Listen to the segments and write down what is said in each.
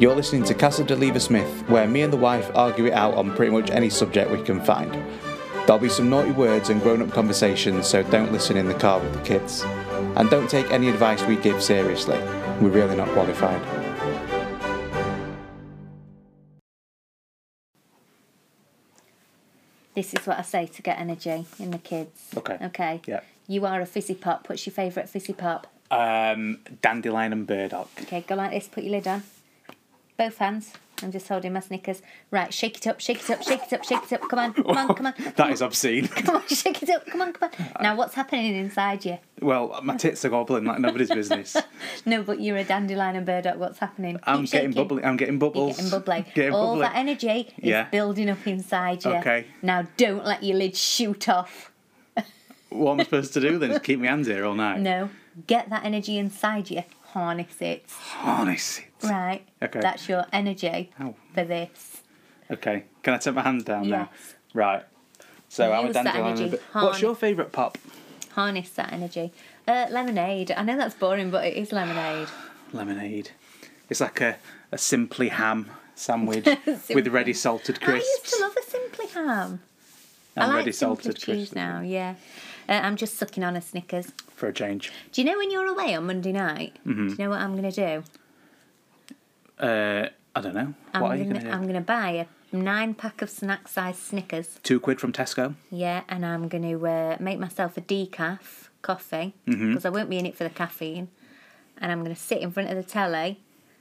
You're listening to Casa de Leva Smith, where me and the wife argue it out on pretty much any subject we can find. There'll be some naughty words and grown up conversations, so don't listen in the car with the kids. And don't take any advice we give seriously. We're really not qualified. This is what I say to get energy in the kids. Okay. Okay. Yeah. You are a fizzy pop. What's your favourite fizzy pop? Um, dandelion and burdock. Okay, go like this. Put your lid on. Both hands. I'm just holding my Snickers. Right, shake it up, shake it up, shake it up, shake it up. Come on, come on, come on. That is obscene. Come on, shake it up. Come on, come on. Now, what's happening inside you? Well, my tits are gobbling like nobody's business. No, but you're a dandelion and burdock. What's happening? Keep I'm getting shaking. bubbly. I'm getting You're bubbles. getting bubbly. Getting All bubbly. that energy is Yeah. building up inside you. Okay. Now, don't let your lid shoot off. What am I supposed to do then? Just keep my hands here all night. No, get that energy inside you. Harness it. Harness it. Right. Okay. Oh. That's your energy Ow. for this. Okay. Can I take my hands down now? Yes. Right. So I'm a Use that dandelion. and a energy. bit- What's Harness- your favourite pop? Harness that energy. Uh, lemonade. I know that's boring, but it is lemonade. Lemonade. It's like a, a simply ham sandwich with Simply. ready salted I used crisps to love a simply ham. and I like ready simply salted cheese crisps now. Yeah. Uh, I'm just sucking on a Snickers. for a change. Do you know when you're away on Monday night? Mm-hmm. Do you know what I'm gonna do? Uh, I don't know. I'm what are gonna, you going to do? I'm gonna buy a nine pack of snack sized Snickers. Two quid from Tesco. Yeah, and I'm gonna uh, make myself a decaf coffee because I won't be in it for the caffeine. And I'm gonna sit in front of the telly,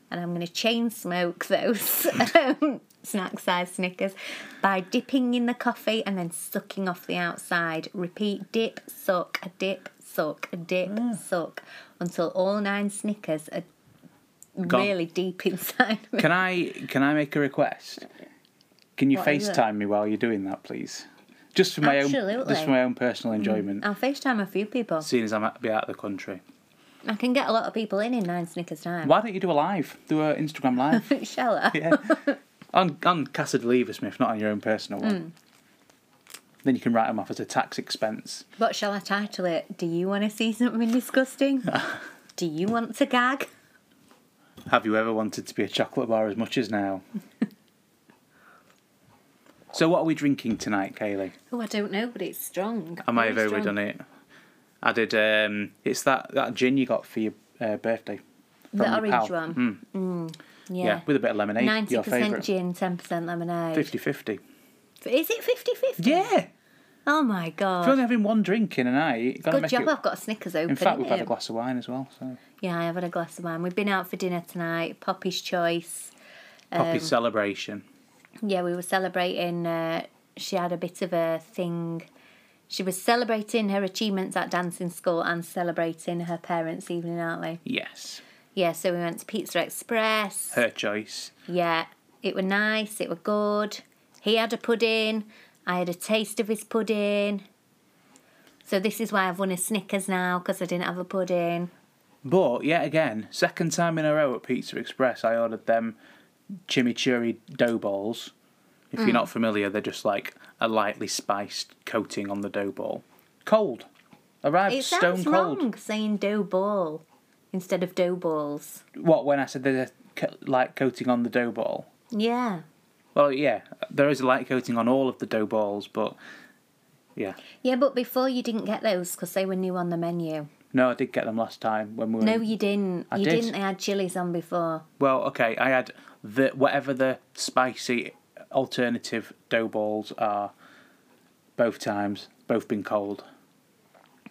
and I'm gonna chain smoke those um, snack sized Snickers by dipping in the coffee and then sucking off the outside. Repeat: dip, suck, dip, suck, dip, suck, until all nine Snickers are. Gone. Really deep inside me. Can I can I make a request? Can you What is it? FaceTime me while you're doing that, please? Just for my own just Absolutely. Mm. for my own personal enjoyment. I'll FaCetime a few people. Seeing as I'm at, be out of the country. I can get a lot of people in in nine Snickers time. Why don't you do a live? Do a Instagram live. Shall I? yeah. On on Cassidy Leversmith, not on your own personal one. Hmm. Then you can write them off as a tax expense. What shall I title it? Do you want to see something disgusting? Do you want to gag? Have you ever wanted to be a chocolate bar as much as now? so what are we drinking tonight, Kaylee? Oh, I don't know, but it's strong. I might have Very strong. overdone it. I did. Um, it's that that gin you got for your uh, birthday. from The your orange pal. one. Mm, Yeah. yeah. with a bit of lemonade. Ninety your percent favourite. gin, Oh ten percent lemonade. 50-50. Is it 50-50? Yeah, if Oh my you're only god! having one drink in a night, gotta Good make job. it- I've got a Snickers open. In fact, we've innit? had a glass of wine as well. So Yeah, I have had a glass of wine. We've been out for dinner tonight. Poppy's choice. Um, Poppy's celebration. Yeah, we were celebrating. Uh, she had a bit of a thing. She was celebrating her achievements at dancing school and celebrating her parents' evening, aren't they? Yes, Yeah, so we went to Pizza Express. her choice. Yeah, it were nice, it were good. He had a pudding, I had a taste of his pudding. So this is why I've won a Snickers now because I didn't have a pudding. But yet again, second time in a row at Pizza Express, I ordered them chimichurri dough balls. If Hmm. you're not familiar, they're just like a lightly spiced coating on the dough ball. Cold. Arrived It stone sounds cold. wrong saying dough ball instead of dough balls. What when I said there's a co- light coating on the dough ball? Yeah. Well, yeah, there is a light coating on all of the dough balls, but yeah, Yeah, but before you didn't get those because they were new on the menu. no, I did get them last time when we were. No, you didn't. I you did. not They had chilies on before. Well, okay, I had the whatever the spicy alternative dough balls are. Both times, both been cold,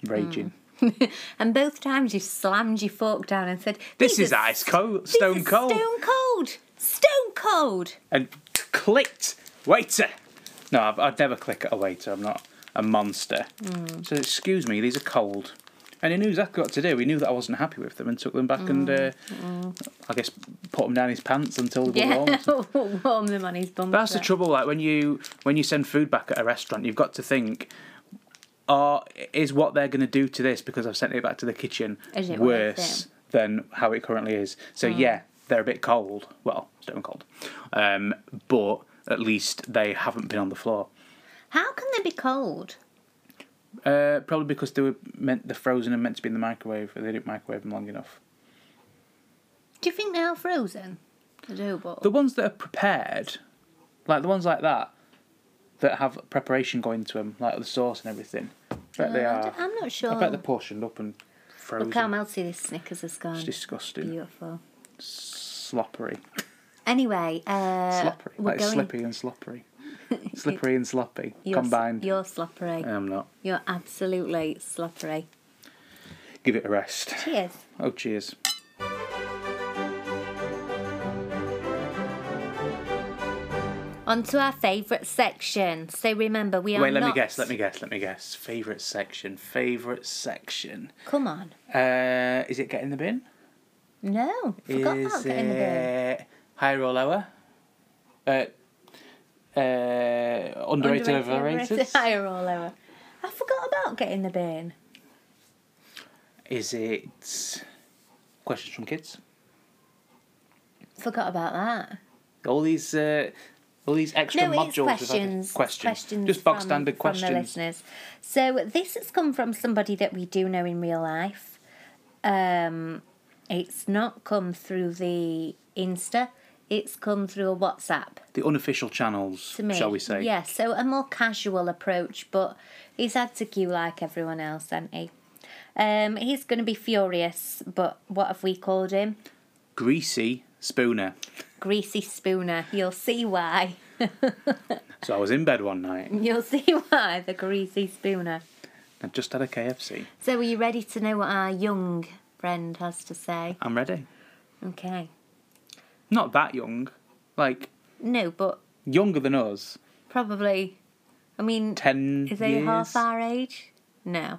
raging. Hmm. And both times you slammed your fork down and said, This "These is are ice cold, This stone is cold, Stone cold. Stone cold. and clicked waiter. No, I've, I'd never click at a waiter. I'm not a monster. Hmm. So excuse me, these are cold. And he knew exactly what to do. He knew that I wasn't happy with them and took them back Hmm. and, uh, I guess, put them down his pants until they were warm. Yeah, warm them on his bum. That's the trouble. Like when you when you send food back at a restaurant, you've got to think: Are is what they're going to do to this because I've sent it back to the kitchen Is it Mm. worth worse than how it currently is? So yeah, they're a bit cold. Well, stone cold, um, but at least they haven't been on the floor. How can they be cold? Uh, probably because they were meant they're frozen and meant to be in the microwave, and they didn't microwave them long enough. Do you think they are frozen? The dough ball. The ones that are prepared, like the ones like that, that have preparation going to them, like the sauce and everything. I bet they Mm, I are. am not sure. I bet they're portioned up and frozen. Look how melty this Snickers has gone. it's disgusting. Beautiful. Sloppery. Anyway, uh, Sloppery. we're Like going. slippy and sloppery. Slippery and sloppy You're, combined. You're sloppery. I'm not. You're absolutely sloppery. Give it a rest. Cheers. Oh, cheers. On to our favourite section. So remember, we are Wait, let not... me guess. Let me guess. Let me guess. Favorite section. Favorite section. Come on. Uh, is it get in the bin? No, forgot is about getting the bin. it higher or lower? Uh, uh, underrated, Underrated, overrated. Higher or lower. I forgot about getting the bin. Is it questions from kids? Forgot about that. All these, uh, all these extra No, modules. it's we've had- questions. questions. Questions Just bog from- standard From the questions. listeners. So this has come from somebody that we do know in real life. Um, it's not come through the Insta. It's come through a WhatsApp. the unofficial channels, to me. shall we say? Yeah, so a more casual approach, but he's had to queue like everyone else, hasn't he? Um, he's going to be furious, but what have we called him? Greasy spooner. Greasy Spooner. You'll see why. So I was in bed one night. You'll see why, the Greasy Spooner. I just had a KFC. So, are you ready to know what our young friend has to say? I'm ready. Okay. Not that young. Like No, but younger than us. probably, I mean, Ten. is he years? half our age? I No,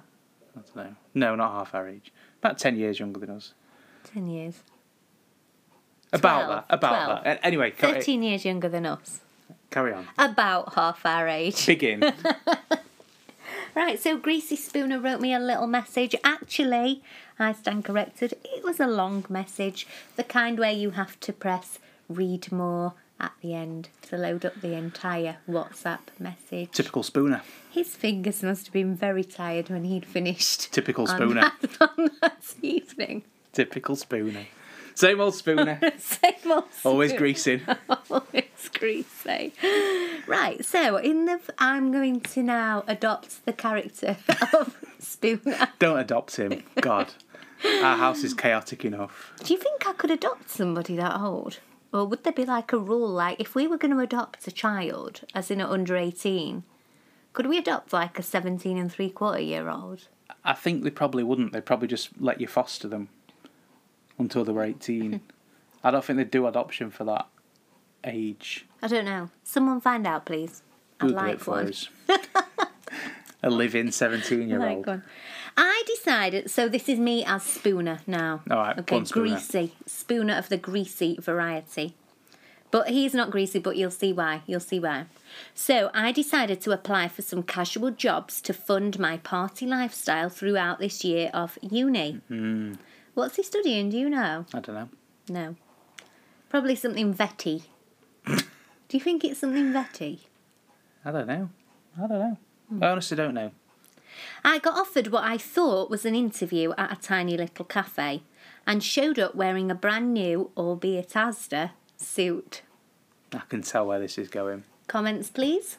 don't know. No, not half our age. About ten years younger than us. 10 years. Twelve. About that. About Twelve. that. A- Anyway, ca- 13 years younger than us. carry on. About half our age. Begin. Right, so Greasy Spooner wrote me a little message. Actually, I stand corrected. It was a long message, the kind where you have to press read more at the end to load up the entire WhatsApp message. Typical spooner. His fingers must have been very tired when he'd finished Typical on spooner. that- on that evening. Typical spooner. Same old spooner. Same old Always Spooner. greasing. Always greasy. Right, so in the I'm going to now adopt the character of Spooner. Don't adopt him. God. Our house is chaotic enough. Do you think I could adopt somebody that old? Or would there be like a rule, like if we were going to adopt a child, as in a under 18, could we adopt like a 17 and three quarter year old? I think they probably wouldn't. They'd probably just let you foster them until they were 18. I don't think they'd do adoption for that age. I don't know. Someone find out, please. I'd Google like it for one. us. A living 17 year Like old. one. I decided, so this is me as Spooner now. All right, Okay, one Spooner. greasy. Spooner of the greasy variety. But he's not greasy, but you'll see why. You'll see why. So I decided to apply for some casual jobs to fund my party lifestyle throughout this year of uni. What's he studying? Do you know? I don't know. No. Probably something vetty. Do you think it's something vetty? I don't know. I don't know. I honestly don't know. I got offered what I thought was an interview at a tiny little cafe and showed up wearing a brand new, albeit Asda, suit. I can tell where this is going. Comments, please.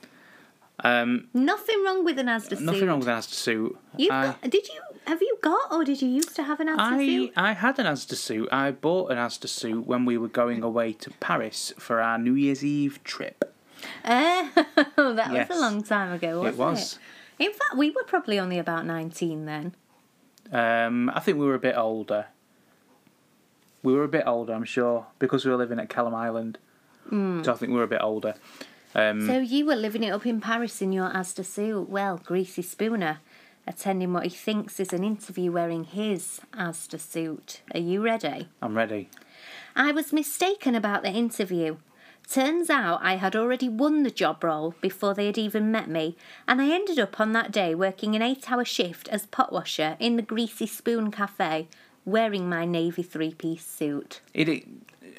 Um, Nothing wrong with an Asda nothing suit. wrong with an Asda suit. You've I, got, did you have you got or did you used to have an Asda I, suit? I had an Asda suit. I bought an Asda suit when we were going away to Paris for our New Year's Eve trip. Oh, that Yes. was a long time ago, wasn't it? was. In fact, we were probably only about nineteen then. Um, I think we were a bit older. We were a bit older, I'm sure, because we were living at Callum Island. Hmm. So I think we were a bit older. So you were living it up in Paris in your Asda suit. Well, Greasy Spooner, attending what he thinks is an interview wearing his Asda suit. Are you ready? I'm ready. I was mistaken about the interview. Turns out I had already won the job role before they had even met me, and I ended up on that day working an eight hour shift as pot washer in the Greasy Spoon Cafe, wearing my navy three piece suit. He di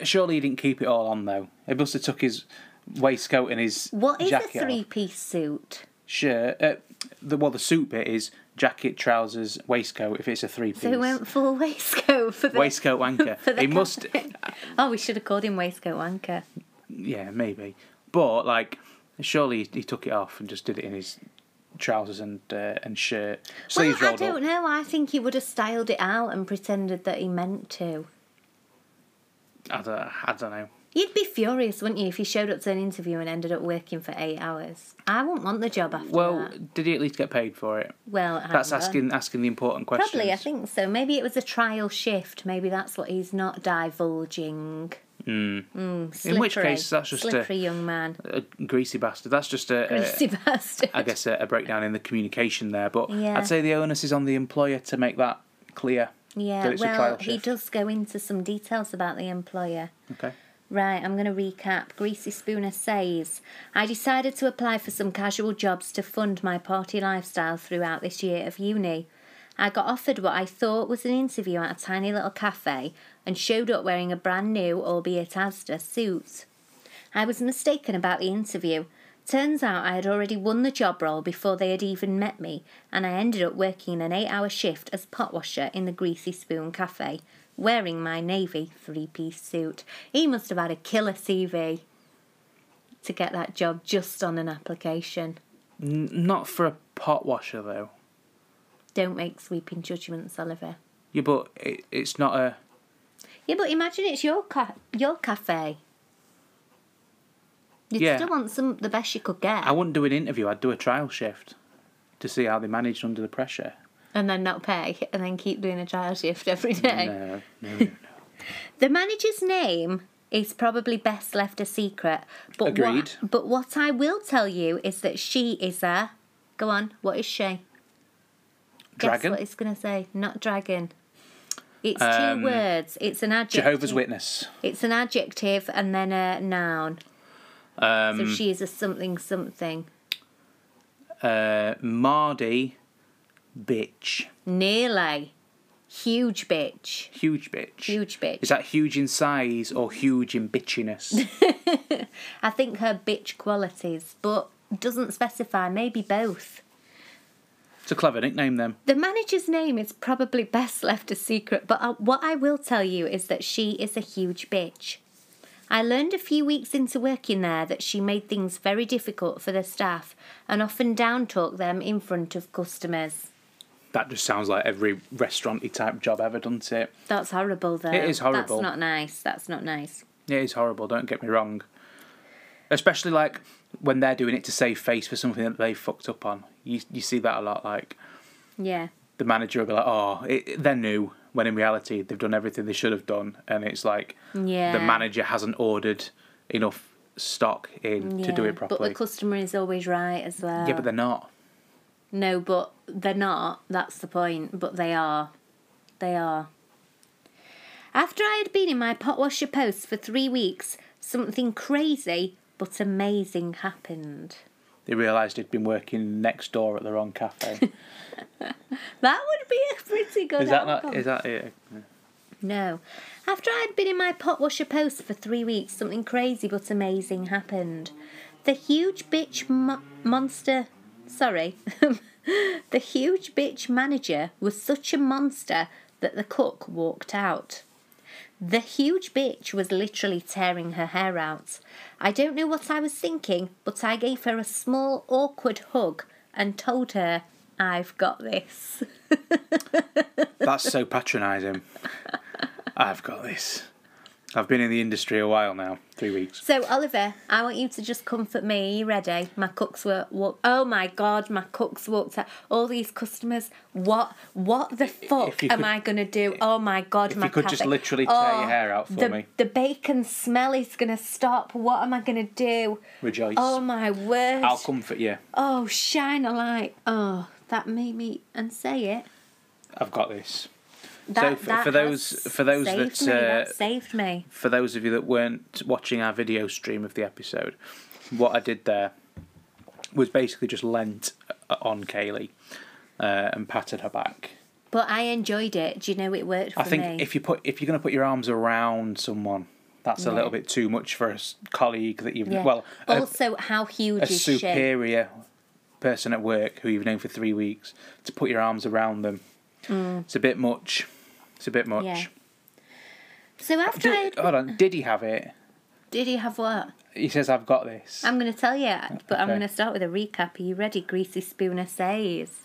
surely he didn't keep it all on though. He must have took his waistcoat and his What is jacket a off. three piece suit? shirt. Uh, the well, the suit bit is jacket, trousers, waistcoat. If it's a three piece, So it went full waistcoat for the waistcoat wanker. for the it must, cover. oh, we should have called him waistcoat wanker. yeah, maybe. But like, surely he, he took it off and just did it in his trousers and uh, and shirt, Well, sleeves I rolled up. don't know. I think he would have styled it out and pretended that he meant to. I don't, I don't know. You'd be furious, wouldn't you, if you showed up to an interview and ended up working for eight hours? I wouldn't want the job after Well, that. did he at least get paid for it? Well, I That's don't know. asking asking the important question. Probably, I think so. Maybe it was a trial shift. Maybe that's what he's not divulging. Mm. slippery, Hmm. In which case, that's just a- slippery young man, A greasy bastard. That's just a, a greasy bastard. I guess a, a breakdown in the communication there, but Yeah. I'd say the onus is on the employer to make that clear. Yeah, that it's a well, trial he shift. does go into some details about the employer. Okay. Right, I'm going to recap. Greasy Spooner says, I decided to apply for some casual jobs to fund my party lifestyle throughout this year of uni. I got offered what I thought was an interview at a tiny little cafe and showed up wearing a brand new, albeit Asda, suit. I was mistaken about the interview. Turns out I had already won the job role before they had even met me, and I ended up working an eight hour shift as pot washer in the Greasy Spoon Cafe, wearing my navy three piece suit. He must have had a killer CV to get that job just on an application. Not for a pot washer though. Don't make sweeping judgments, Oliver. Yeah, but it, it's not a. Yeah, but imagine it's your ca- your cafe. You'd Yeah. still want some the best you could get, I wouldn't do an interview. I'd do a trial shift to see how they managed under the pressure. and then not pay, and then keep doing a trial shift every day. No, no, no. The manager's name is probably best left a secret. But Agreed. What, but what I will tell you is that she is a. Go on. What is she? Guess Dragon? what it's gonna say? Not dragon. It's Um, two words. It's an adjective. Jehovah's Witness. It's an adjective and then a noun. Um, So she is a something something. uh, Mardy, bitch, Nearly. Huge bitch. huge bitch. Huge bitch. Is that huge in size or huge in bitchiness? I think her bitch qualities, but doesn't specify. Maybe both. it's a clever nickname then. The manager's name is probably best left a secret, but uh, what I will tell you is that she is a huge bitch. I learned a few weeks into working there that she made things very difficult for the staff and often down talked them in front of customers. That just sounds like every restauranty type job ever, doesn't it? That's horrible, though. It is horrible. That's not nice. That's not nice. It is horrible, don't get me wrong. Especially like when they're doing it to save face for something that they fucked up on. You you see that a lot, like Yeah. the manager will be like, Oh, it, they're new when in reality they've done everything they should have done and it's like Yeah. the manager hasn't ordered enough stock in to do Yeah. it But properly. the customer is always right as well. yeah, but they're not. No, but they're not. That's the point. But they are. They are. After I had been in my pot washer post for three weeks, something crazy but amazing happened. They realised he'd been working next door at the wrong cafe. That would be a pretty good is that outcome. not is that it? No. After I had been in my pot washer post for three weeks, something crazy but amazing happened. The huge bitch mo- monster. Sorry. the huge bitch manager was such a monster that the cook walked out. The huge bitch was literally tearing her hair out. I don't know what I was thinking, but I gave her a small, awkward hug and told her, I've got this. That's so patronising. I've got this. I've been in the industry a while now, three weeks. So Oliver, I want you to just comfort me. Are you ready? My cooks were wa- oh my god, my cooks walked out. All these customers. What what the fuck you am could- I gonna do? Oh my god, if my you could just cafe. literally tear your hair out for the, me. The bacon smell is gonna stop. What am I gonna do? Rejoice. Oh my word. I'll comfort you. Oh shine a light. Oh, that made me and say it. I've got this. That, for- that for those- has for those that, saved me, uh, that saved me. For those of you that weren't watching our video stream of the episode, what I did there was basically just leant on Kaylee uh, and patted her back. But I enjoyed it. Do you know it worked for I think me? if you put if you're going to put your arms around someone, that's a Yeah. little bit too much for a s- colleague that you've Yeah. well a, also, how huge a is she? superior person at work who you've known for three weeks to put your arms around them. It's a bit much. It's a bit much. Mm. Yeah. So after I, Did, hold on. Did he have it? did he have what? He says, "I've got this." I'm going to tell you, but I'm Okay. going to start with a recap. Are you ready? Greasy Spooner says.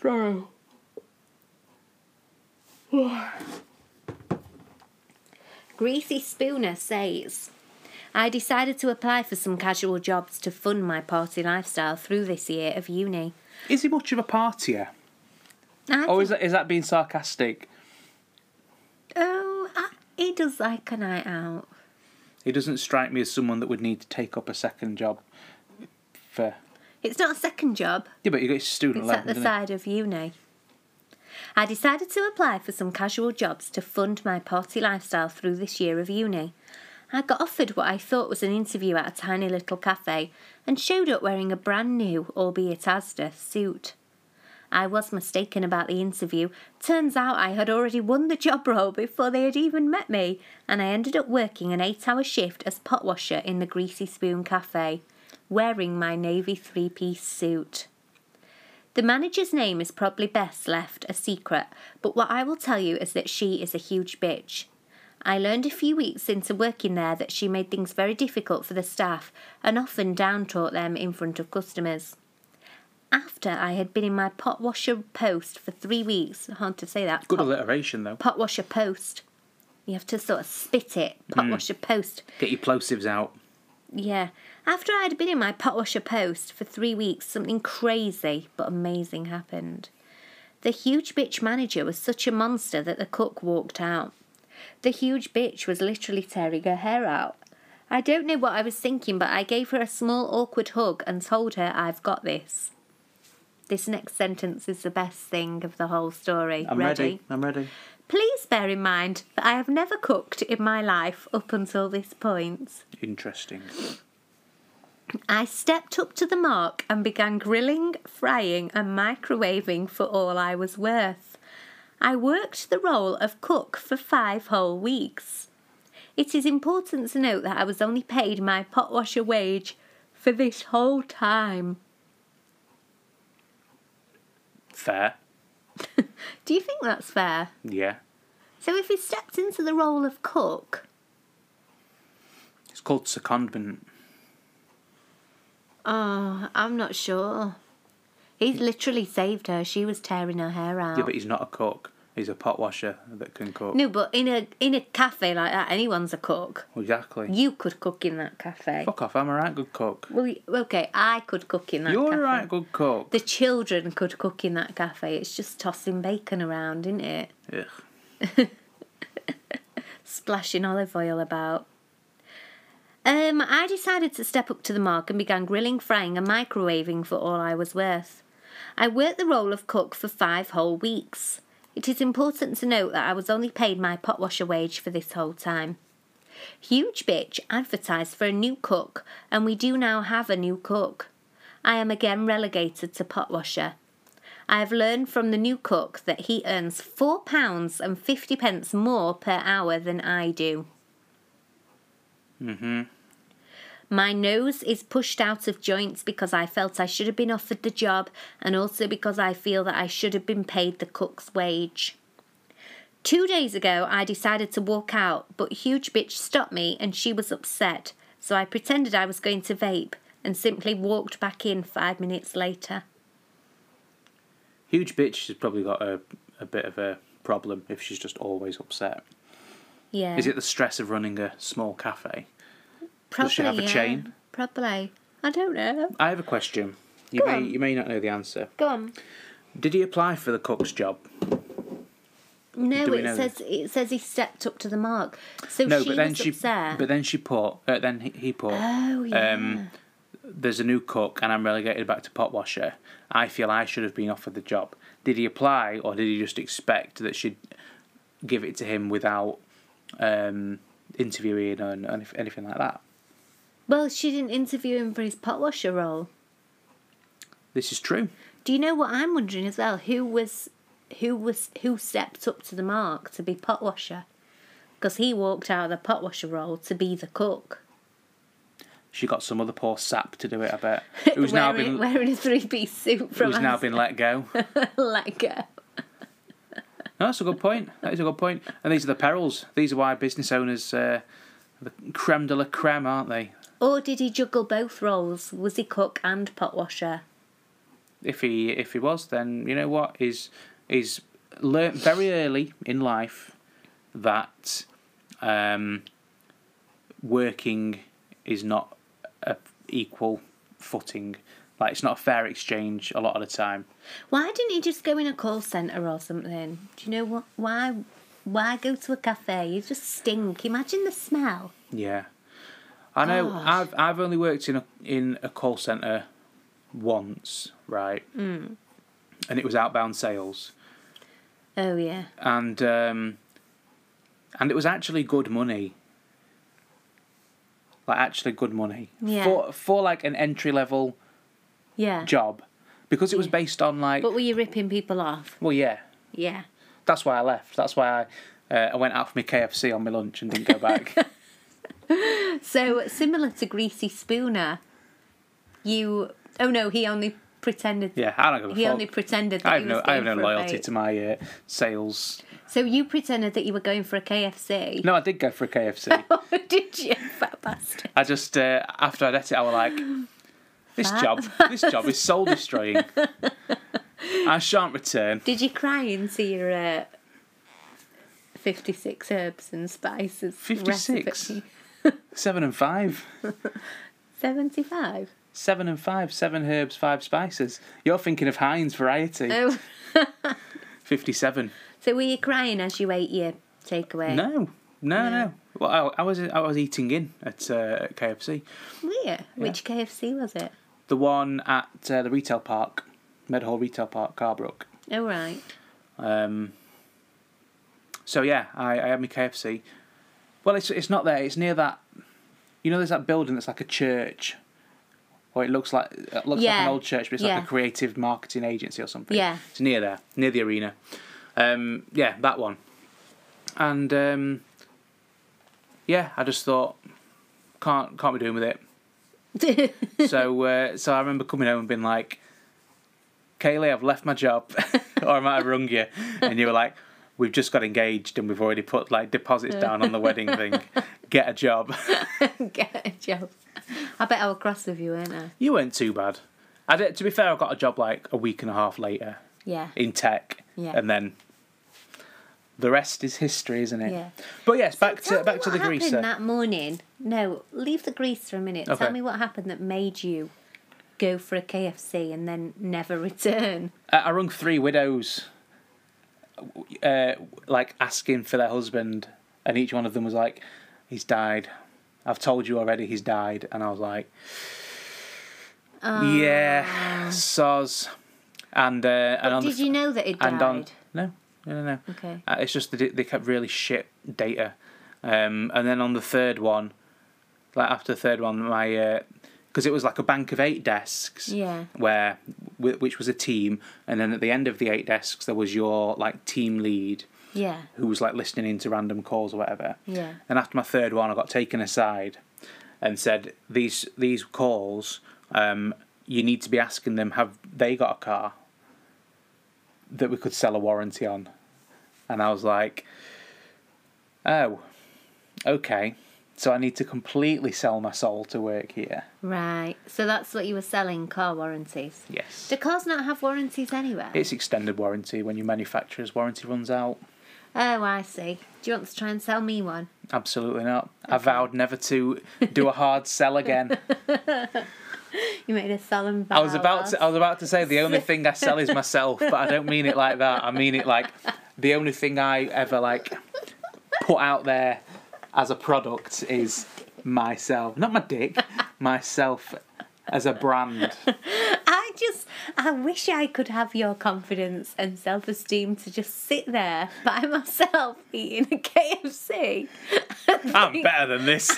Sorrow. Greasy Spooner says, I decided to apply for some casual jobs to fund my party lifestyle through this year of uni. Is he much of a partier? I Or think- Oh, is that, is that being sarcastic? Oh, I, he does like a night out. He doesn't strike me as someone that would need to take up a second job. For It's not a second job, yeah, but you got his student it's loan. at the doesn't he? side of uni. I decided to apply for some casual jobs to fund my party lifestyle through this year of uni. I got offered what I thought was an interview at a tiny little cafe and showed up wearing a brand new, albeit Asda, suit. I was mistaken about the interview. Turns out I had already won the job role before they had even met me, and I ended up working an eight hour shift as pot washer in the Greasy Spoon Cafe, wearing my navy three piece suit. The manager's name is probably best left a secret, but what I will tell you is that she is a huge bitch. I learned a few weeks into working there that she made things very difficult for the staff and often down taught them in front of customers. After I had been in my pot washer post for three weeks, hard to say that. Good pot- alliteration though. pot washer post. You have to sort of spit it. Pot washer post. Get your plosives out. Yeah. After I had been in my pot washer post for three weeks, something crazy but amazing happened. The huge bitch manager was such a monster that the cook walked out. The huge bitch was literally tearing her hair out. I don't know what I was thinking, but I gave her a small awkward hug and told her I've got this. This next sentence is the best thing of the whole story. I'm ready. I'm ready. Please bear in mind that I have never cooked in my life up until this point. Interesting. I stepped up to the mark and began grilling, frying, and microwaving for all I was worth. I worked the role of cook for five whole weeks. It is important to note that I was only paid my pot washer wage for this whole time. Fair. Do you think that's fair? Yeah. So, if he stepped into the role of cook, It's called secondment. Oh, I'm not sure. He's literally saved her. She was tearing her hair out. Yeah, but he's not a cook. He's a pot washer that can cook. no, but in a in a cafe like that, anyone's a cook. Exactly. You could cook in that cafe. Fuck off. I'm a right good cook. Well, y- okay, I could cook in that. You're cafe. a right good cook. The children could cook in that cafe. It's just tossing bacon around, isn't it? Ugh. splashing olive oil about. Um, I decided to step up to the mark and began grilling, frying, and microwaving for all I was worth. I worked the role of cook for five whole weeks. It is important to note that I was only paid my pot washer wage for this whole time. Huge Bitch advertised for a new cook, and we do now have a new cook. I am again relegated to pot washer. I have learned from the new cook that he earns four pounds and fifty pence more per hour than I do. Mm-hmm. My nose is pushed out of joints because I felt I should have been offered the job, and also because I feel that I should have been paid the cook's wage. Two days ago, I decided to walk out, but Huge Bitch stopped me and she was upset, so I pretended I was going to vape and simply walked back in five minutes later. Huge bitch has probably got a, a bit of a problem if she's just always upset. Yeah. Is it the stress of running a small cafe? Probably, she have a chain? Probably. I don't know. I have a question. You Go may on. you may not know the answer. Go on. Did he apply for the cook's job? No, Do we it know says it says he stepped up to the mark. So No, she but then was she upset. but then she put uh, then he, he put oh yeah. um, there's a new cook and I'm relegated back to pot washer. I feel I should have been offered the job. Did he apply or did he just expect that she'd give it to him without um, interviewing and, and if- anything like that? well, she didn't interview him for his pot washer role. This is true. Do you know what I'm wondering as well? Who was who was who stepped up to the mark to be pot washer? Because he walked out of the pot washer role to be the cook. She got some other poor sap to do it. I bet who's now wearing, been wearing a three piece suit from who's now been let go. like a, No, that's a good point. That is a good point. And these are the perils. These are why business owners, uh, the creme de la creme, aren't they? Or did he juggle both roles? Was he cook and pot washer? If he if he was, then you know what is is learnt very early in life that um, working is not a equal footing. Like it's not a fair exchange a lot of the time. Why didn't he just go in a call centre or something? Do you know what? Why? Why go to a cafe? You just stink. Imagine the smell. Yeah, I know. Gosh. I've I've only worked in a in a call center once, right? Mm. Hmm. And it was outbound sales, Oh yeah. and um, and it was actually good money. Like actually good money Yeah. for for like an entry level Yeah. job, because it was Yeah. based on like But were you ripping people off? well yeah Yeah. that's why I left that's why I uh, I went out for my KFC on my lunch and didn't go back. So similar to Greasy Spooner, you. Oh no, he only pretended. yeah, I don't give a He fuck. only pretended that I have he was no going I have no for a loyalty bait. to my uh, sales So you pretended that you were going for a KFC. No, I did go for a KFC. Did you, fat bastard? I just uh, after I'd ate it, I was like, this Fat job, this job is soul destroying. I shan't return. Did you cry into your uh, 56 herbs and spices? 56? recipe? Seven and five, 75? seven and five, seven herbs, five spices. You're thinking of Heinz variety. Oh. Fifty-seven. So were you crying as you ate your takeaway? No, no, no. Well, I, I was I was eating in at, uh, at KFC, Were you? Which KFC was it? the one at uh, the retail park, Medhall Retail Park, Carbrook. Oh, right. Um, so yeah, I, I had my KFC. Well, it's it's not there. It's near that. You know, there's that building that's like a church, or it looks like it looks like an Yeah. old church, but it's like Yeah. a creative marketing agency or something. Yeah. it's near there, near the arena. Um, yeah, that one. And um, yeah, I just thought can't can't be doing with it so uh, so I remember coming home and being like, Kaylee, I've left my job, or I might have rung you, and you were like, we've just got engaged and we've already put like deposits down on the wedding thing. Get a job. Get a job. I bet I was cross with you, weren't I? you weren't too bad. I did, to be fair, I got a job like a week and a half later Yeah. in tech, Yeah. and then the rest is history, isn't it? Yeah. But yes, back to Tell me back to what the happened greaser. that morning. No, leave the grease for a minute. Okay. Tell me what happened that made you go for a KFC and then never return. I, I rung three widows, uh, like asking for their husband, and each one of them was like, "He's died. I've told you already. He's died." And I was like, Ah. "Yeah, soz." And uh, and on the Did you know that it died? and on no no no no. Okay. Uh, it's just they did- they kept really shit data, um, and then on the third one, like after the third one, my because it was like a bank of eight desks. Yeah. Where whi- which was a team, and then at the end of the eight desks there was your like team lead Yeah. who was like listening into random calls or whatever. Yeah. And after my third one, I got taken aside and said, "These these calls, um, you need to be asking them, have they got a car that we could sell a warranty on?" And I was like, "Oh, okay." So I need to completely sell my soul to work here. Right. So that's what you were selling car warranties. Yes. Do cars not have warranties anywhere? It's extended warranty when your manufacturer's warranty runs out. Oh, I see. Do you want to try and sell me one? Absolutely not. I vowed never to do a hard sell again. You made a solemn vow. I was about to, I was about to say the only thing I sell is myself, but I don't mean it like that. I mean it like the only thing I ever like put out there as a product is myself, not my dick, myself as a brand. I just, I wish I could have your confidence and self esteem to just sit there by myself eating a KFC. I'm better than this.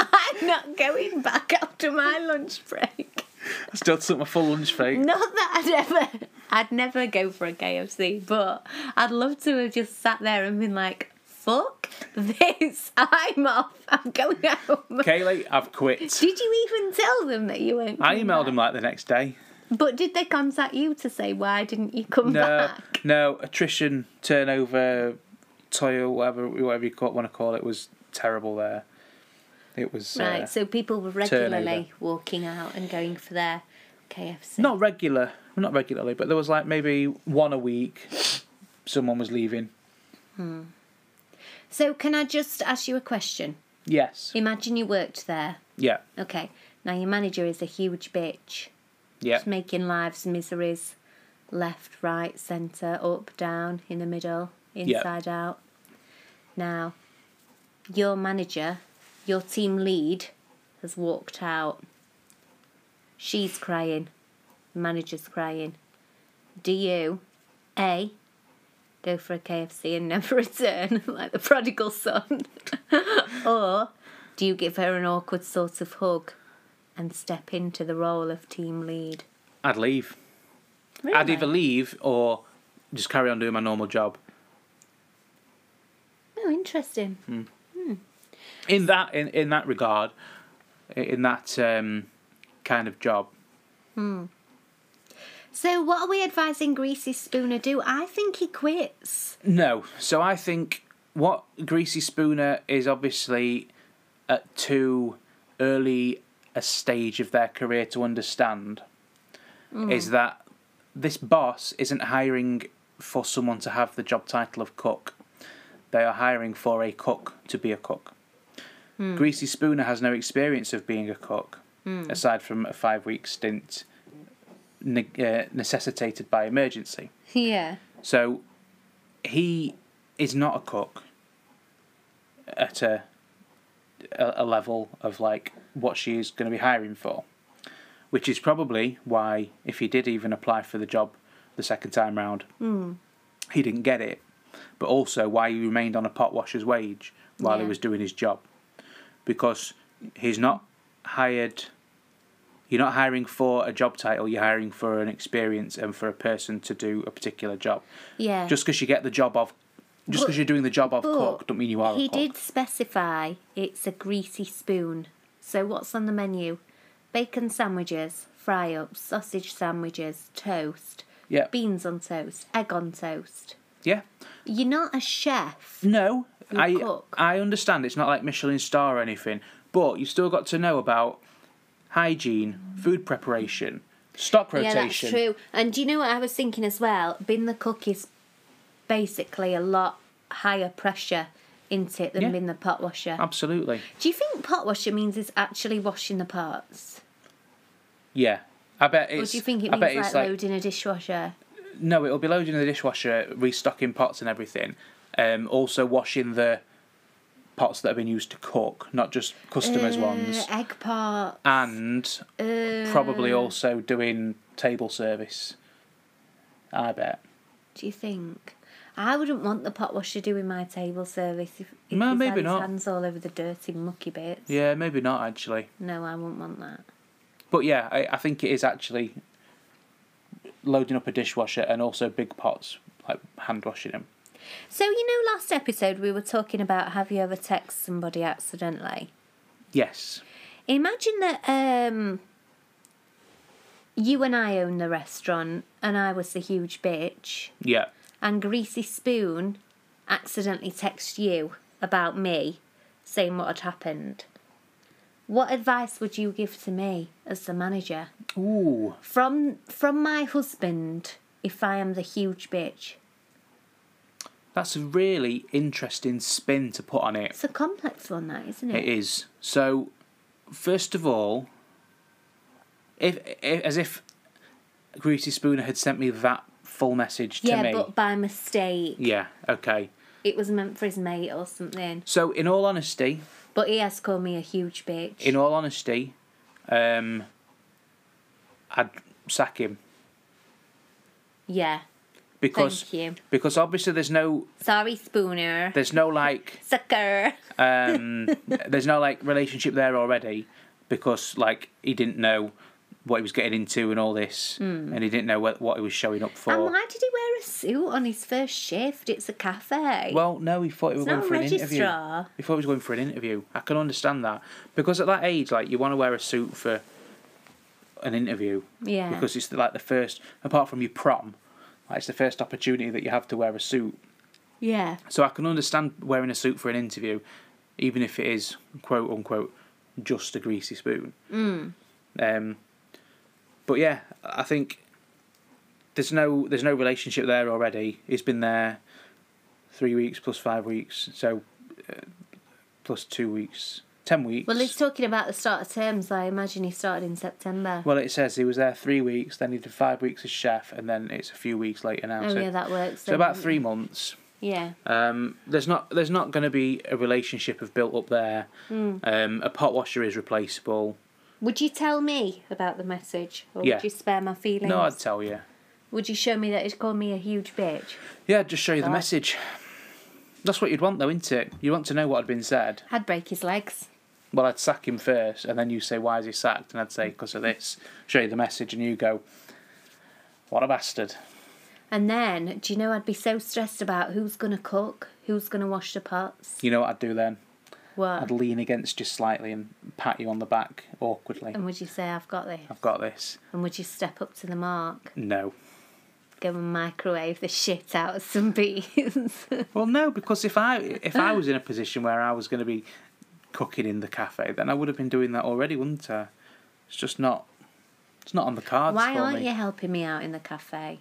I'm not going back after my lunch break. I still took my full lunch break. Not that I'd ever, I'd never go for a KFC, but I'd love to have just sat there and been like, fuck this. I'm off. I'm going home. Kaylee, I've quit. Did you even tell them that you weren't? I coming emailed back? him like the next day. But did they contact you to say why didn't you come No, back? no attrition, turnover, toil, whatever, whatever you want to call it, was terrible there. It was uh, Right, so people were regularly walking out and going for their KFC. not regular, not regularly, but there was like maybe one a week. Someone was leaving. So, can I just ask you a question? Yes. Imagine you worked there. Yeah. Okay, now your manager is a huge bitch, Yeah. just making lives miseries left, right, centre, up, down, in the middle, Yeah. inside out. Now, your manager, your team lead, has walked out. She's crying. Manager's crying. Do you, A, go for a KFC and never return, like the prodigal son? or do you give her an awkward sort of hug and step into the role of team lead? I'd leave. I'd Really? either leave or just carry on doing my normal job. Oh, interesting. In that, in, in that regard, i- in that um, kind of job, So, what are we advising Greasy Spooner do? I think he quits. No. So I think what Greasy Spooner is obviously at too early a stage of their career to understand is that this boss isn't hiring for someone to have the job title of cook. They are hiring for a cook to be a cook. Greasy Spooner has no experience of being a cook, aside from a five week stint ne- uh, necessitated by emergency. Yeah. So he is not a cook at a a, a level of like what she is going to be hiring for, which is probably why if he did even apply for the job the second time round, he didn't get it. But also why he remained on a pot washer's wage while he Yeah. was doing his job, because he's not hired. You're not hiring for a job title. You're hiring for an experience and for a person to do a particular job. Yeah. Just because you get the job of, just But- because you're doing the job of cook, don't mean you are. He a cook. did specify it's a greasy spoon. So, what's on the menu? Bacon sandwiches, fry ups, sausage sandwiches, toast, Yeah. beans on toast, egg on toast. yeah. You're not a chef. No, You're a I cook. I understand it's not like Michelin star or anything, but you've still got to know about hygiene, food preparation, stock rotation. Yeah, that's true. And do you know what I was thinking as well? Being the cook is basically a lot higher pressure, isn't it, than Yeah. being the pot washer? Absolutely. Do you think pot washer means it's actually washing the pots? Yeah. I bet Or it's. do you think it I bet means like, it's like loading a dishwasher? no, it'll be loading the dishwasher, restocking pots and everything. Um, also washing the pots that have been used to cook, not just customers' Uh, ones, Egg pot. and Uh, probably also doing table service. I bet. Do you think? I wouldn't want the pot washer doing my table service if, if No, he's maybe had his not. hands all over the dirty, mucky bits. Yeah, maybe not actually. No, I wouldn't want that. But yeah, I, I think it is actually loading up a dishwasher and also big pots, like hand washing them. So you know, last episode we were talking about have you ever texted somebody accidentally? Yes. Imagine that um, you and I own the restaurant, and I was the huge bitch, Yeah. and Greasy Spoon accidentally texted you about me, saying what had happened. What advice would you give to me as the manager Ooh. from from my husband if I am the huge bitch? That's a really interesting spin to put on it. It's a complex one, that isn't It is. So, first of all, if, if as if Greasy Spooner had sent me that full message to Yeah, me. but by mistake. Yeah. Okay. It was meant for his mate or something. So, in all honesty, But he has called me a huge bitch. in all honesty, um, I'd sack him yeah. because Thank you. because obviously there's no Sorry, Spooner. there's no like Sucker. um there's no like relationship there already because like he didn't know what he was getting into and all this, Hmm. and he didn't know what, what he was showing up for. And why did he wear a suit on his first shift? It's a cafe. Well, no, he thought he was not going a for an interview. registrar. He thought he was going for an interview. I can understand that because at that age, like you want to wear a suit for an interview. Yeah. Because it's like the first, apart from your prom, like it's the first opportunity that you have to wear a suit. yeah. So I can understand wearing a suit for an interview, even if it is quote unquote just a greasy spoon. Mm. Um, but yeah, I think there's no there's no relationship there already. He's been there three weeks plus five weeks, so uh, plus two weeks, ten weeks. Well, he's talking about the start of terms. I imagine he started in September. Well, it says he was there three weeks, then he did five weeks as chef, and then it's a few weeks later now. oh so, yeah, that works. so then, about doesn't three months. it? Yeah. Um, there's not there's not going to be a relationship of built up there. Um, a pot washer is replaceable. Would you tell me about the message, or Yeah. would you spare my feelings? No, I'd tell you. Would you show me that he's called me a huge bitch? Yeah, I'd just show you the Right. message. That's what you'd want, though, isn't it? You want to know what had been said. I'd break his legs. Well, I'd sack him first, and then you say, "Why is he sacked?" And I'd say, "Because of this." Show you the message, and you go, "What a bastard!" And then, do you know, I'd be so stressed about who's going to cook, who's going to wash the pots. You know what I'd do then? What? I'd lean against you slightly and pat you on the back awkwardly. And would you say, I've got this? I've got this. And would you step up to the mark? No. Go and microwave the shit out of some beans. Well, no, because if I if Ah. I was in a position where I was going to be cooking in the cafe, then I would have been doing that already, wouldn't I? It's just not. It's not on the cards Why for aren't me. you helping me out in the cafe?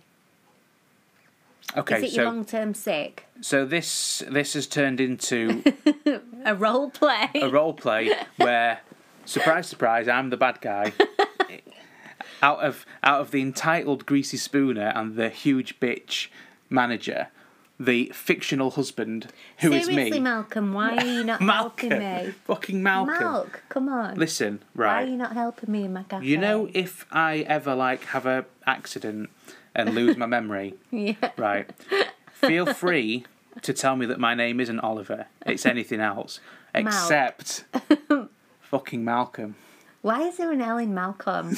Okay, Is it so your long term sick? so this this has turned into A role play? a role play where, surprise, surprise, I'm the bad guy. out of out of the entitled greasy spooner and the huge bitch manager, the fictional husband who is me, Seriously, Malcolm, why are you not Malcolm, helping me? fucking Malcolm. Malk, come on. Listen, Why right. are you not helping me in my cafe? You know, if I ever like have a accident and lose my memory, Yeah. right? Feel free to tell me that my name isn't Oliver. It's anything else, except fucking Malcolm, Why is there an L in Malcolm?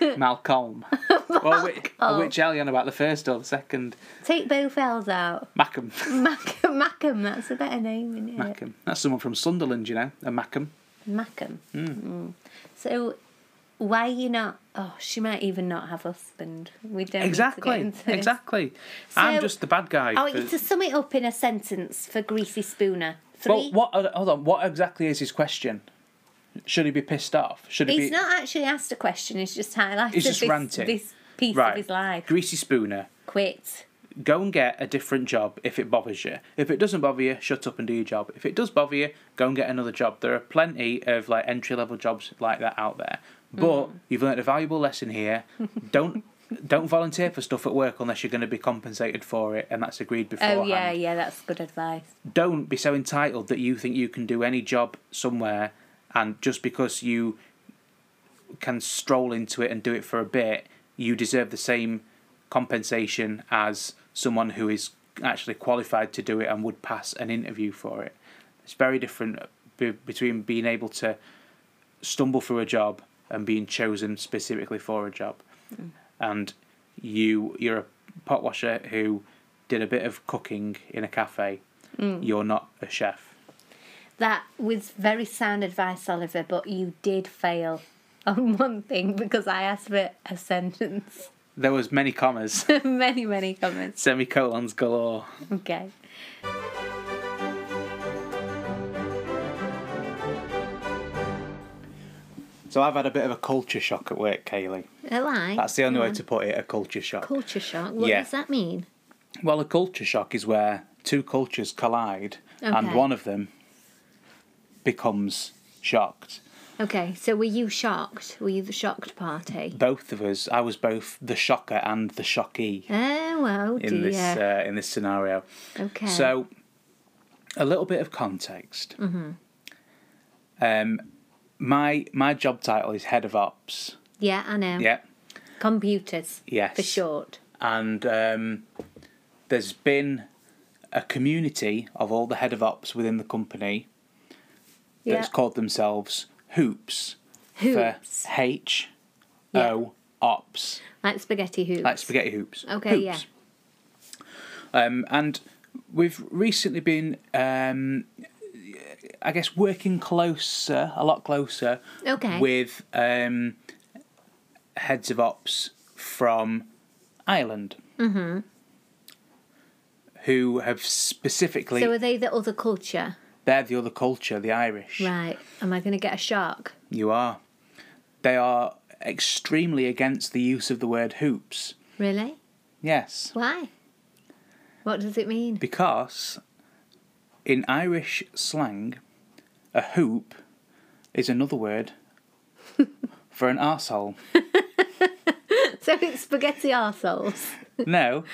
Malcolm. Or which, or which L you on about the first or the second? Take both L's out. Mackham. Mackham, Mackham, that's a better name, isn't it? Mackham. That's someone from Sunderland, you know, a Mackham. Mackham. Hmm. Mm. So, why are you not? Oh, she might even not have a husband. We don't need to get Exactly. into this. Exactly. I'm So- just the bad guy. I want for- you to sum it up in a sentence for Greasy Spooner. well, Three. what? Hold on. What exactly is his question? Should he be pissed off? Should he he's be? not actually asked a question. He's just highlighted He's just this, ranting. this piece right. of his life. Greasy Spooner. Quit. Go and get a different job if it bothers you. If it doesn't bother you, shut up and do your job. If it does bother you, go and get another job. There are plenty of like entry level jobs like that out there. But Mm. you've learned a valuable lesson here. Don't don't volunteer for stuff at work unless you're going to be compensated for it and that's agreed beforehand. Oh yeah, yeah. That's good advice. Don't be so entitled that you think you can do any job somewhere and just because you can stroll into it and do it for a bit, you deserve the same compensation as someone who is actually qualified to do it and would pass an interview for it. It's very different be- between being able to stumble through a job and being chosen specifically for a job. And you you're a pot washer who did a bit of cooking in a cafe. You're not a chef. That was very sound advice, Oliver. But you did fail on one thing because I asked for a sentence. There was many commas, many, many comments. semicolons galore. Okay. So I've had a bit of a culture shock at work, Kaylee. Oh, I. That's the only way to put it, a culture shock. Culture shock. What Yeah. does that mean? well, a culture shock is where two cultures collide and Okay. one of them becomes shocked. Okay, so were you shocked? Were you the shocked party? Both of us, I was both the shocker and the shockee Oh well, dear. in this uh, in this scenario. okay. So, a little bit of context. Mm-hmm. Um, my my job title is head of ops. yeah, I know. Yeah. Computers. Yes. Mm-hmm. For short. and um, there's been a community of all the head of ops within the company Yeah. that's called themselves Hoops, Hoops. for H O ops. Like spaghetti hoops. Like spaghetti hoops. Okay, yeah. Hoops. Um, and we've recently been, um, I guess, working closer, a lot closer, Okay. with um, heads of ops from Ireland, mm-hmm. who have specifically So are they the other culture? they're the other culture, the Irish. Right. Am I going to get a shark? You are. They are extremely against the use of the word hoops. Really? Yes. Why? What does it mean? Because in Irish slang, a hoop is another word for an arsehole. So it's spaghetti arseholes. No.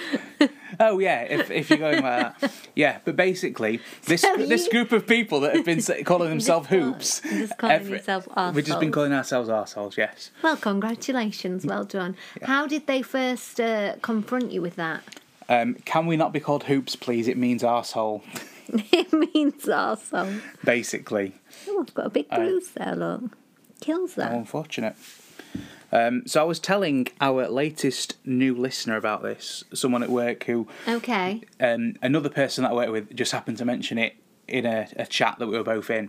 Oh yeah, if, if you're going like that, yeah. But basically, this So this you- group of people that have been sa- calling themselves hoops, Just calling every- yourself we've just been Mm. arseholes. calling ourselves arseholes. Yes. Well, congratulations. Well done. How did they first uh, confront you with that? Um, can we not be called hoops, please? It means arsehole, it means arsehole. basically. Oh, I've got a big bruise there, look. Kills that. How unfortunate. Um, so I was telling our latest new listener about this. Someone at work who Okay. um, another person that I work with just happened to mention it in a, a chat that we were both in.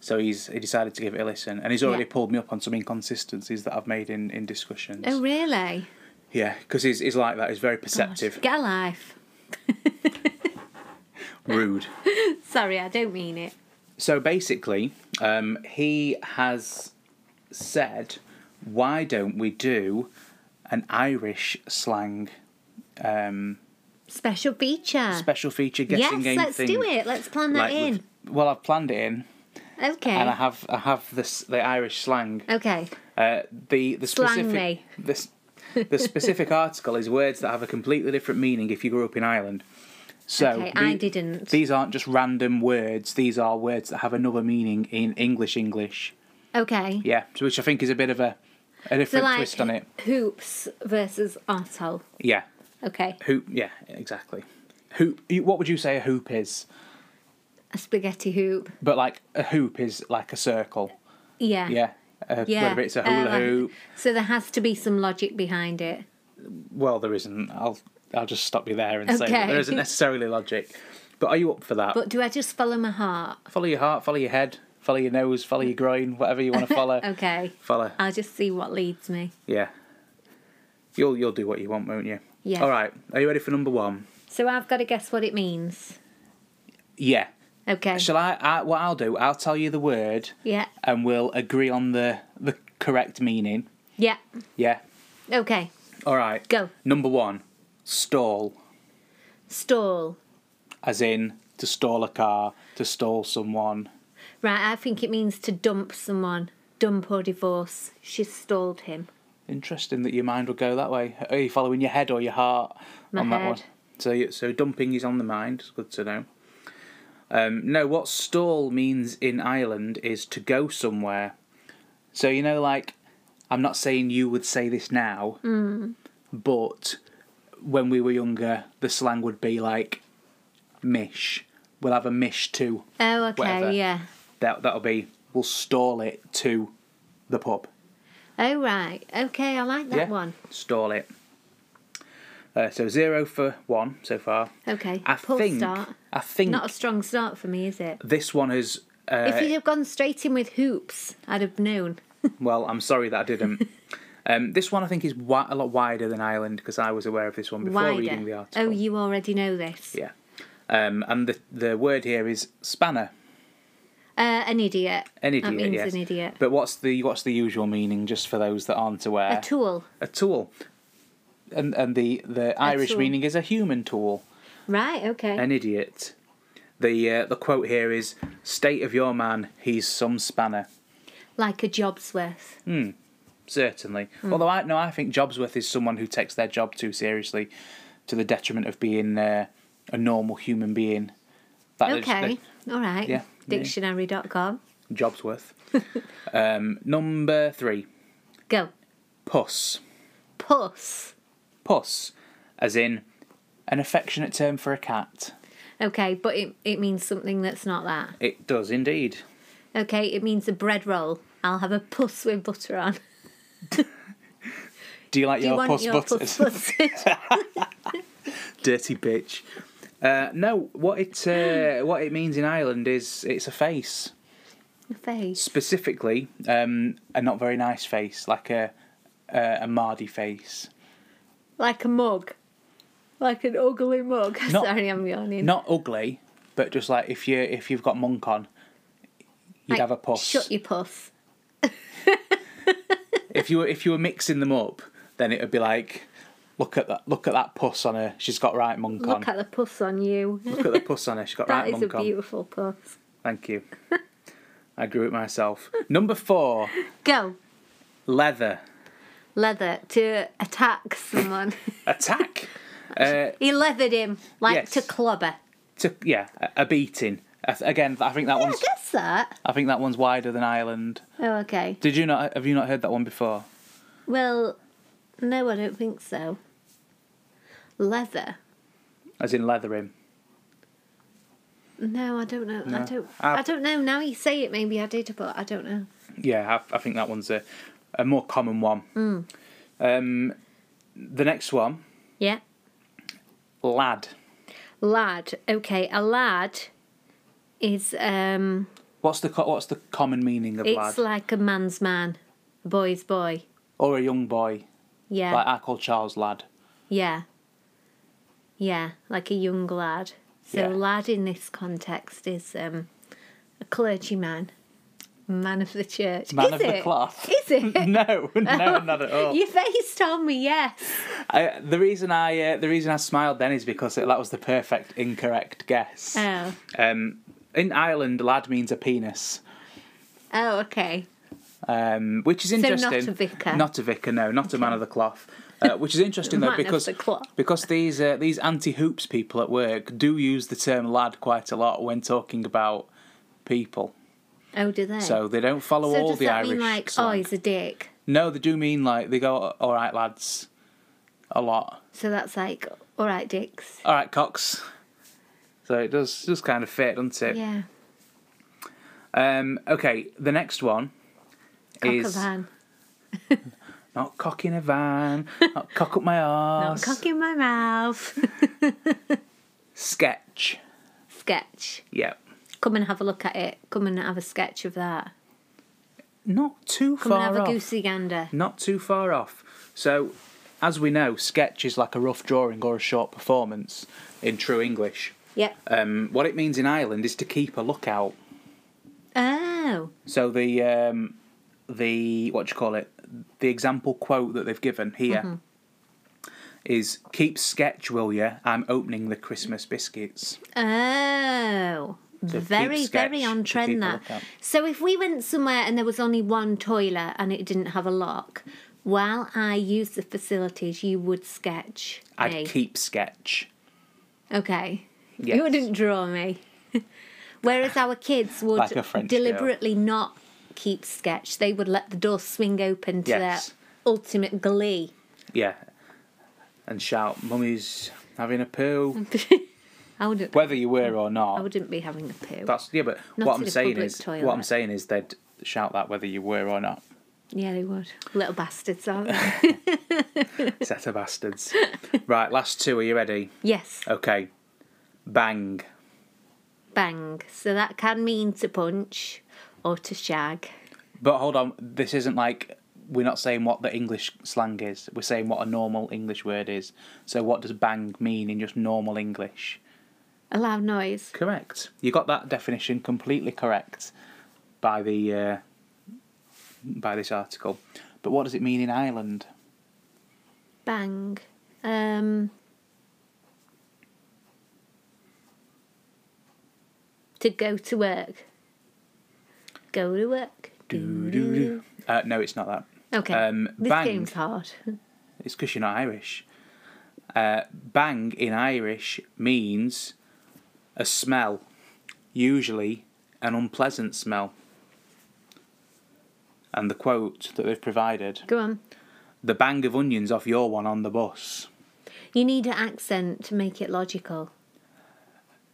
So he's he decided to give it a listen, and he's already Yeah. pulled me up on some inconsistencies that I've made in in discussions. Oh, really? Yeah, because he's, he's like that. He's very perceptive, Get a life. rude. Sorry, I don't mean it. So basically, um, he has said, "Why don't we do an Irish slang um, Special feature. special feature guessing Ah. yes, game let's thing?" do it. Let's plan that Like in. we've- well, I've planned it in, Okay. and I have I have this the Irish slang. Okay. Uh, the the Slang specific me. the s- the specific article is words that have a completely different meaning if you grew up in Ireland. So Okay, I the- didn't. These aren't just random words. These are words that have another meaning in English English. Okay. Yeah, so which I think is a bit of a a So different like twist on it. hoops versus arsehole. Yeah, Okay. hoop. Yeah, exactly. Hoop. you- What would you say a hoop is? A spaghetti hoop. But like a hoop is like a circle. Yeah. Yeah. Uh, Yeah. Whether it's a uh, hula like- hoop. so there has to be some logic behind it. Well, there isn't. I'll I'll just stop you there and say Okay. that there isn't necessarily logic. But are you up for that? But do I just follow my heart? follow your heart, follow your head, follow your nose, follow your groin, whatever you want to follow. Okay. Follow. I'll just see what leads me. Yeah. You'll you'll do what you want, won't you? Yeah. All right. Are you ready for number one? So I've got to guess what it means. Yeah. Okay. Shall I, I? What I'll do? I'll tell you the word, Yeah. and we'll agree on the the correct meaning. Yeah. Yeah. Okay. All right. Go. Number one, stall, Stall. as in to stall a car, to stall someone. Right, I think it means to dump someone. Dump or divorce. She stalled him. Interesting that your mind would go that way. Are you following your head or your heart My on that one? head. So, you- so dumping is on the mind. It's good to know. Um, no, what stall means in Ireland is to go somewhere. So you know, like, I'm not saying you would say this now, Mm. but when we were younger, the slang would be like, "Mish." We'll have a mish too. Oh, okay. Whatever. Yeah. That that'll be. We'll stall it to the pub. Oh, right. Okay. I like that yeah. one. Stall it. Uh, so zero for one so far. Okay. I Poor think. start. I think Not a strong start for me, is it? this one has. Uh, If you'd have gone straight in with hoops, I'd have known. well, I'm sorry that I didn't. um, this one I think is wi- a lot wider than Ireland because I was aware of this one before reading the Wider. article. Oh, you already know this. Yeah. Um, and the the word here is spanner. Uh, an idiot. An idiot. That means yes. an idiot. But what's the what's the usual meaning just for those that aren't aware? a tool. A tool. And and the the Irish tool. meaning is a human tool. Right. Okay. an idiot. The uh, the quote here is "State of your man, he's some spanner." like a job's worth. Certainly. Hmm. Although I no, I think Jobsworth is someone who takes their job too seriously, to the detriment of being uh, a normal human being. That is- Okay. All right. Yeah, yeah. Dictionary.com. that- Jobsworth. um, number three, Go. puss. Puss. Puss, as in an affectionate term for a cat. Okay, but it, it means something that's not that. It does indeed. Okay, it means a bread roll. I'll have a puss with butter on. Do you like Do you your want puss your butters? puss butters? Dirty bitch. Uh, no, what it uh, what it means in Ireland is it's a face, face. specifically um, a not very nice face, like a a, a Mardy face. Like a mug. Like an ugly mug. Not- Sorry, I'm yawning. Not ugly, but just like if you if you've got monk on, you'd Like, have a puss. Shut your puss. if you were if you were mixing them up, then it would be like, look at that look at that puss on her. She's got right monk on. Look at the puss on you. Look at the puss on her. She's got That right is a monk on. beautiful puss. Thank you. I grew it myself. Number four, Go. leather Leather to attack someone. attack. Uh, he leathered him like Yes. to clobber. to, yeah, a- a beating. I th- Again, I think that I one's guess that. I think that one's wider than Ireland. Oh, okay. Did you not? Have you not heard that one before? Well, no, I don't think so. Leather. As in leather him. No, I don't know. I don't. Ah. I don't know. Now you say it, maybe I did, but I don't know. Yeah, I, I think that one's a, a more common one. Hmm. Um, the next one, Yeah, lad. lad. Okay, a lad is um, What's the co- what's the common meaning of lad? it's like a man's man, a boy's boy. or a young boy? Yeah, Like I call Charles lad. yeah, yeah, like a young lad. So Yeah. lad in this context is um, a clergyman, man of the church. Man is of it? the cloth. Is it? No, no, not at all. Your face told me yes. I, the reason I uh, the reason I smiled then is because it, that was the perfect incorrect guess. Oh, Um, in Ireland, lad means a penis, oh, okay. um, which is not interesting. a vicar. Not a vicar, no, not a man of the cloth. Uh, which is interesting though Man of because the cloth. because these uh, these anti hoops people at work do use the term lad quite a lot when talking about people. Oh, do they? So they don't follow So all does the that Irish. mean like, oh, slang. he's a dick? No, they do mean like they go all right lads, a lot. So that's like, all right, dicks. All right, Cox. So it does does kind of fit, doesn't it? Yeah, Um, okay, the next one cock is a van. not cock in a van, not cock up my Not arse. cock in my mouth. Sketch. sketch. Yep. Come and have a look at it. Come and have a sketch of that. Not too Come and far have off. a goosey gander. Not too far off. So, as we know, sketch is like a rough drawing or a short performance in true English. Yep. Um, what it means in Ireland is to keep a lookout. Oh, So the um, the what do you call it? The example quote that they've given here is Mm-hmm. "Keep sketch, will you? I'm opening the Christmas biscuits." oh. keep very, very sketch on to keep a trend that. lookout. So if we went somewhere and there was only one toilet and it didn't have a lock, while I used the facilities, you would sketch I'd me. keep sketch. Okay. Yes. You wouldn't draw me. Whereas our kids would Like a French girl. deliberately not keep sketch. They would let the door swing open to Yes. their ultimate glee. Yeah, and shout, "Mummy's having a poo," I wouldn't. whether you were or I not. wouldn't be having a poo. That's yeah, but Not what in I'm a saying public is, toilet. what I'm saying is, they'd shout that whether you were or not. yeah, they would. Little bastards, aren't they? Set of bastards. right, last two. Are you ready? yes. Okay. Bang. Bang. So that can mean to punch or to shag. But hold on, this isn't like we're not saying what the English slang is. We're saying what a normal English word is. So what does bang mean in just normal English? A loud noise. Correct. You got that definition completely correct by the uh, by this article. But what does it mean in Ireland? Bang. Um. To go to work. Go to work. Doo-doo-doo. Uh, no, it's not that. Okay. Um, this bang. game's hard. It's because you're not Irish. Uh, bang in Irish means a smell, usually an unpleasant smell. And the quote that they've provided Go on. the bang of onions off your one on the bus. You need an accent to make it logical.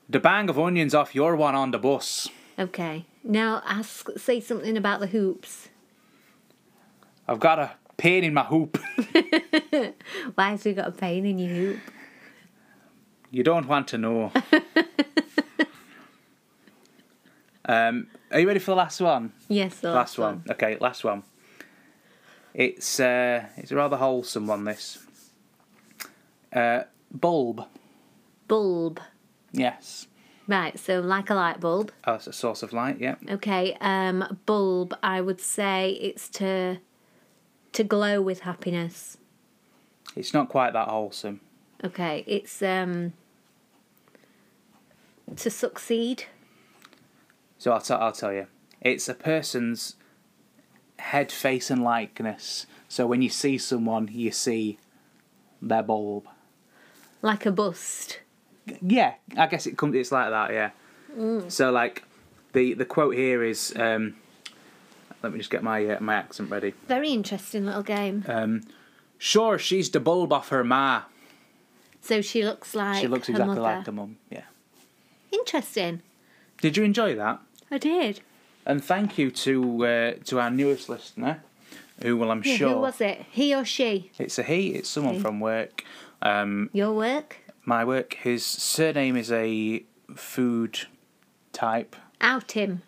The bang of onions off your one on the bus. Okay. Now ask. Say something about the hoops. I've got a pain in my hoop. Why has we got a pain in your hoop? You don't want to know. um, are you ready for the last one? Yes, the Last, one. Okay, last one. It's uh, it's a rather wholesome one. This uh, bulb. Bulb. Yes. Right, so like a light bulb. Oh, it's a source of light. Yeah. Okay, um, bulb. I would say it's to to glow with happiness. It's not quite that wholesome. Okay, it's um to succeed. So I'll, t- I'll tell you. It's a person's head, face, and likeness. So when you see someone, you see their bulb. like a bust. Yeah, I guess it comes. It's like that. Yeah. Mm. So like, the the quote here is. Um, let me just get my uh, my accent ready. Very interesting little game. Sure, she's the bulb off her ma. so she looks like She looks her exactly mother. like the mum. Yeah. Interesting. Did you enjoy that? I did. And thank you to uh, to our newest listener, who will I'm Yeah, sure Who was it? He or she? it's a he. It's someone He. from work. Um, Your work? my work. His surname is a food type. Out him.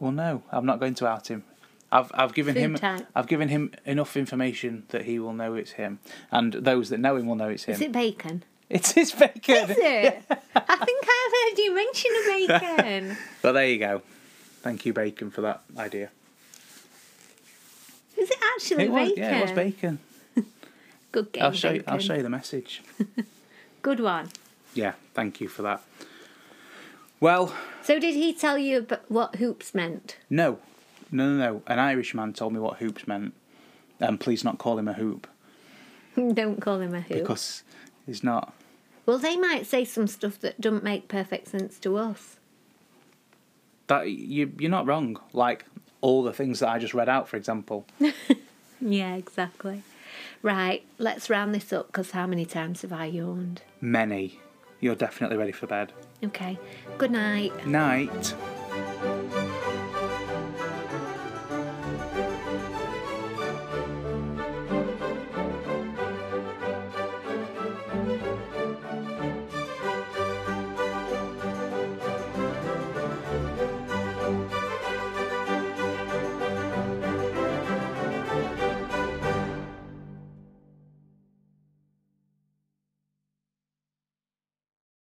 Well, no, I'm not going to out him. I've I've given Food him type. I've given him enough information that he will know it's him, and those that know him will know it's him. Is it bacon? It's his bacon. Is it? I think I heard you mention a bacon. But there you go. Thank you, bacon, for that idea. Is it actually It was, bacon? yeah, it was bacon. Good game. I'll show you. I'll bacon. show you the message. Good one. Yeah, thank you for that. Well, So did he tell you about what hoops meant? no, no, no, no. An Irishman told me what hoops meant, and please not call him a hoop Don't call him a hoop. because he's not. Well, they might say some stuff that don't make perfect sense to us. That you you're not wrong. Like all the things that I just read out, for example. Yeah, exactly. Right, let's round this up because how many times have I yawned? Many. You're definitely ready for bed. Okay, good night. Night.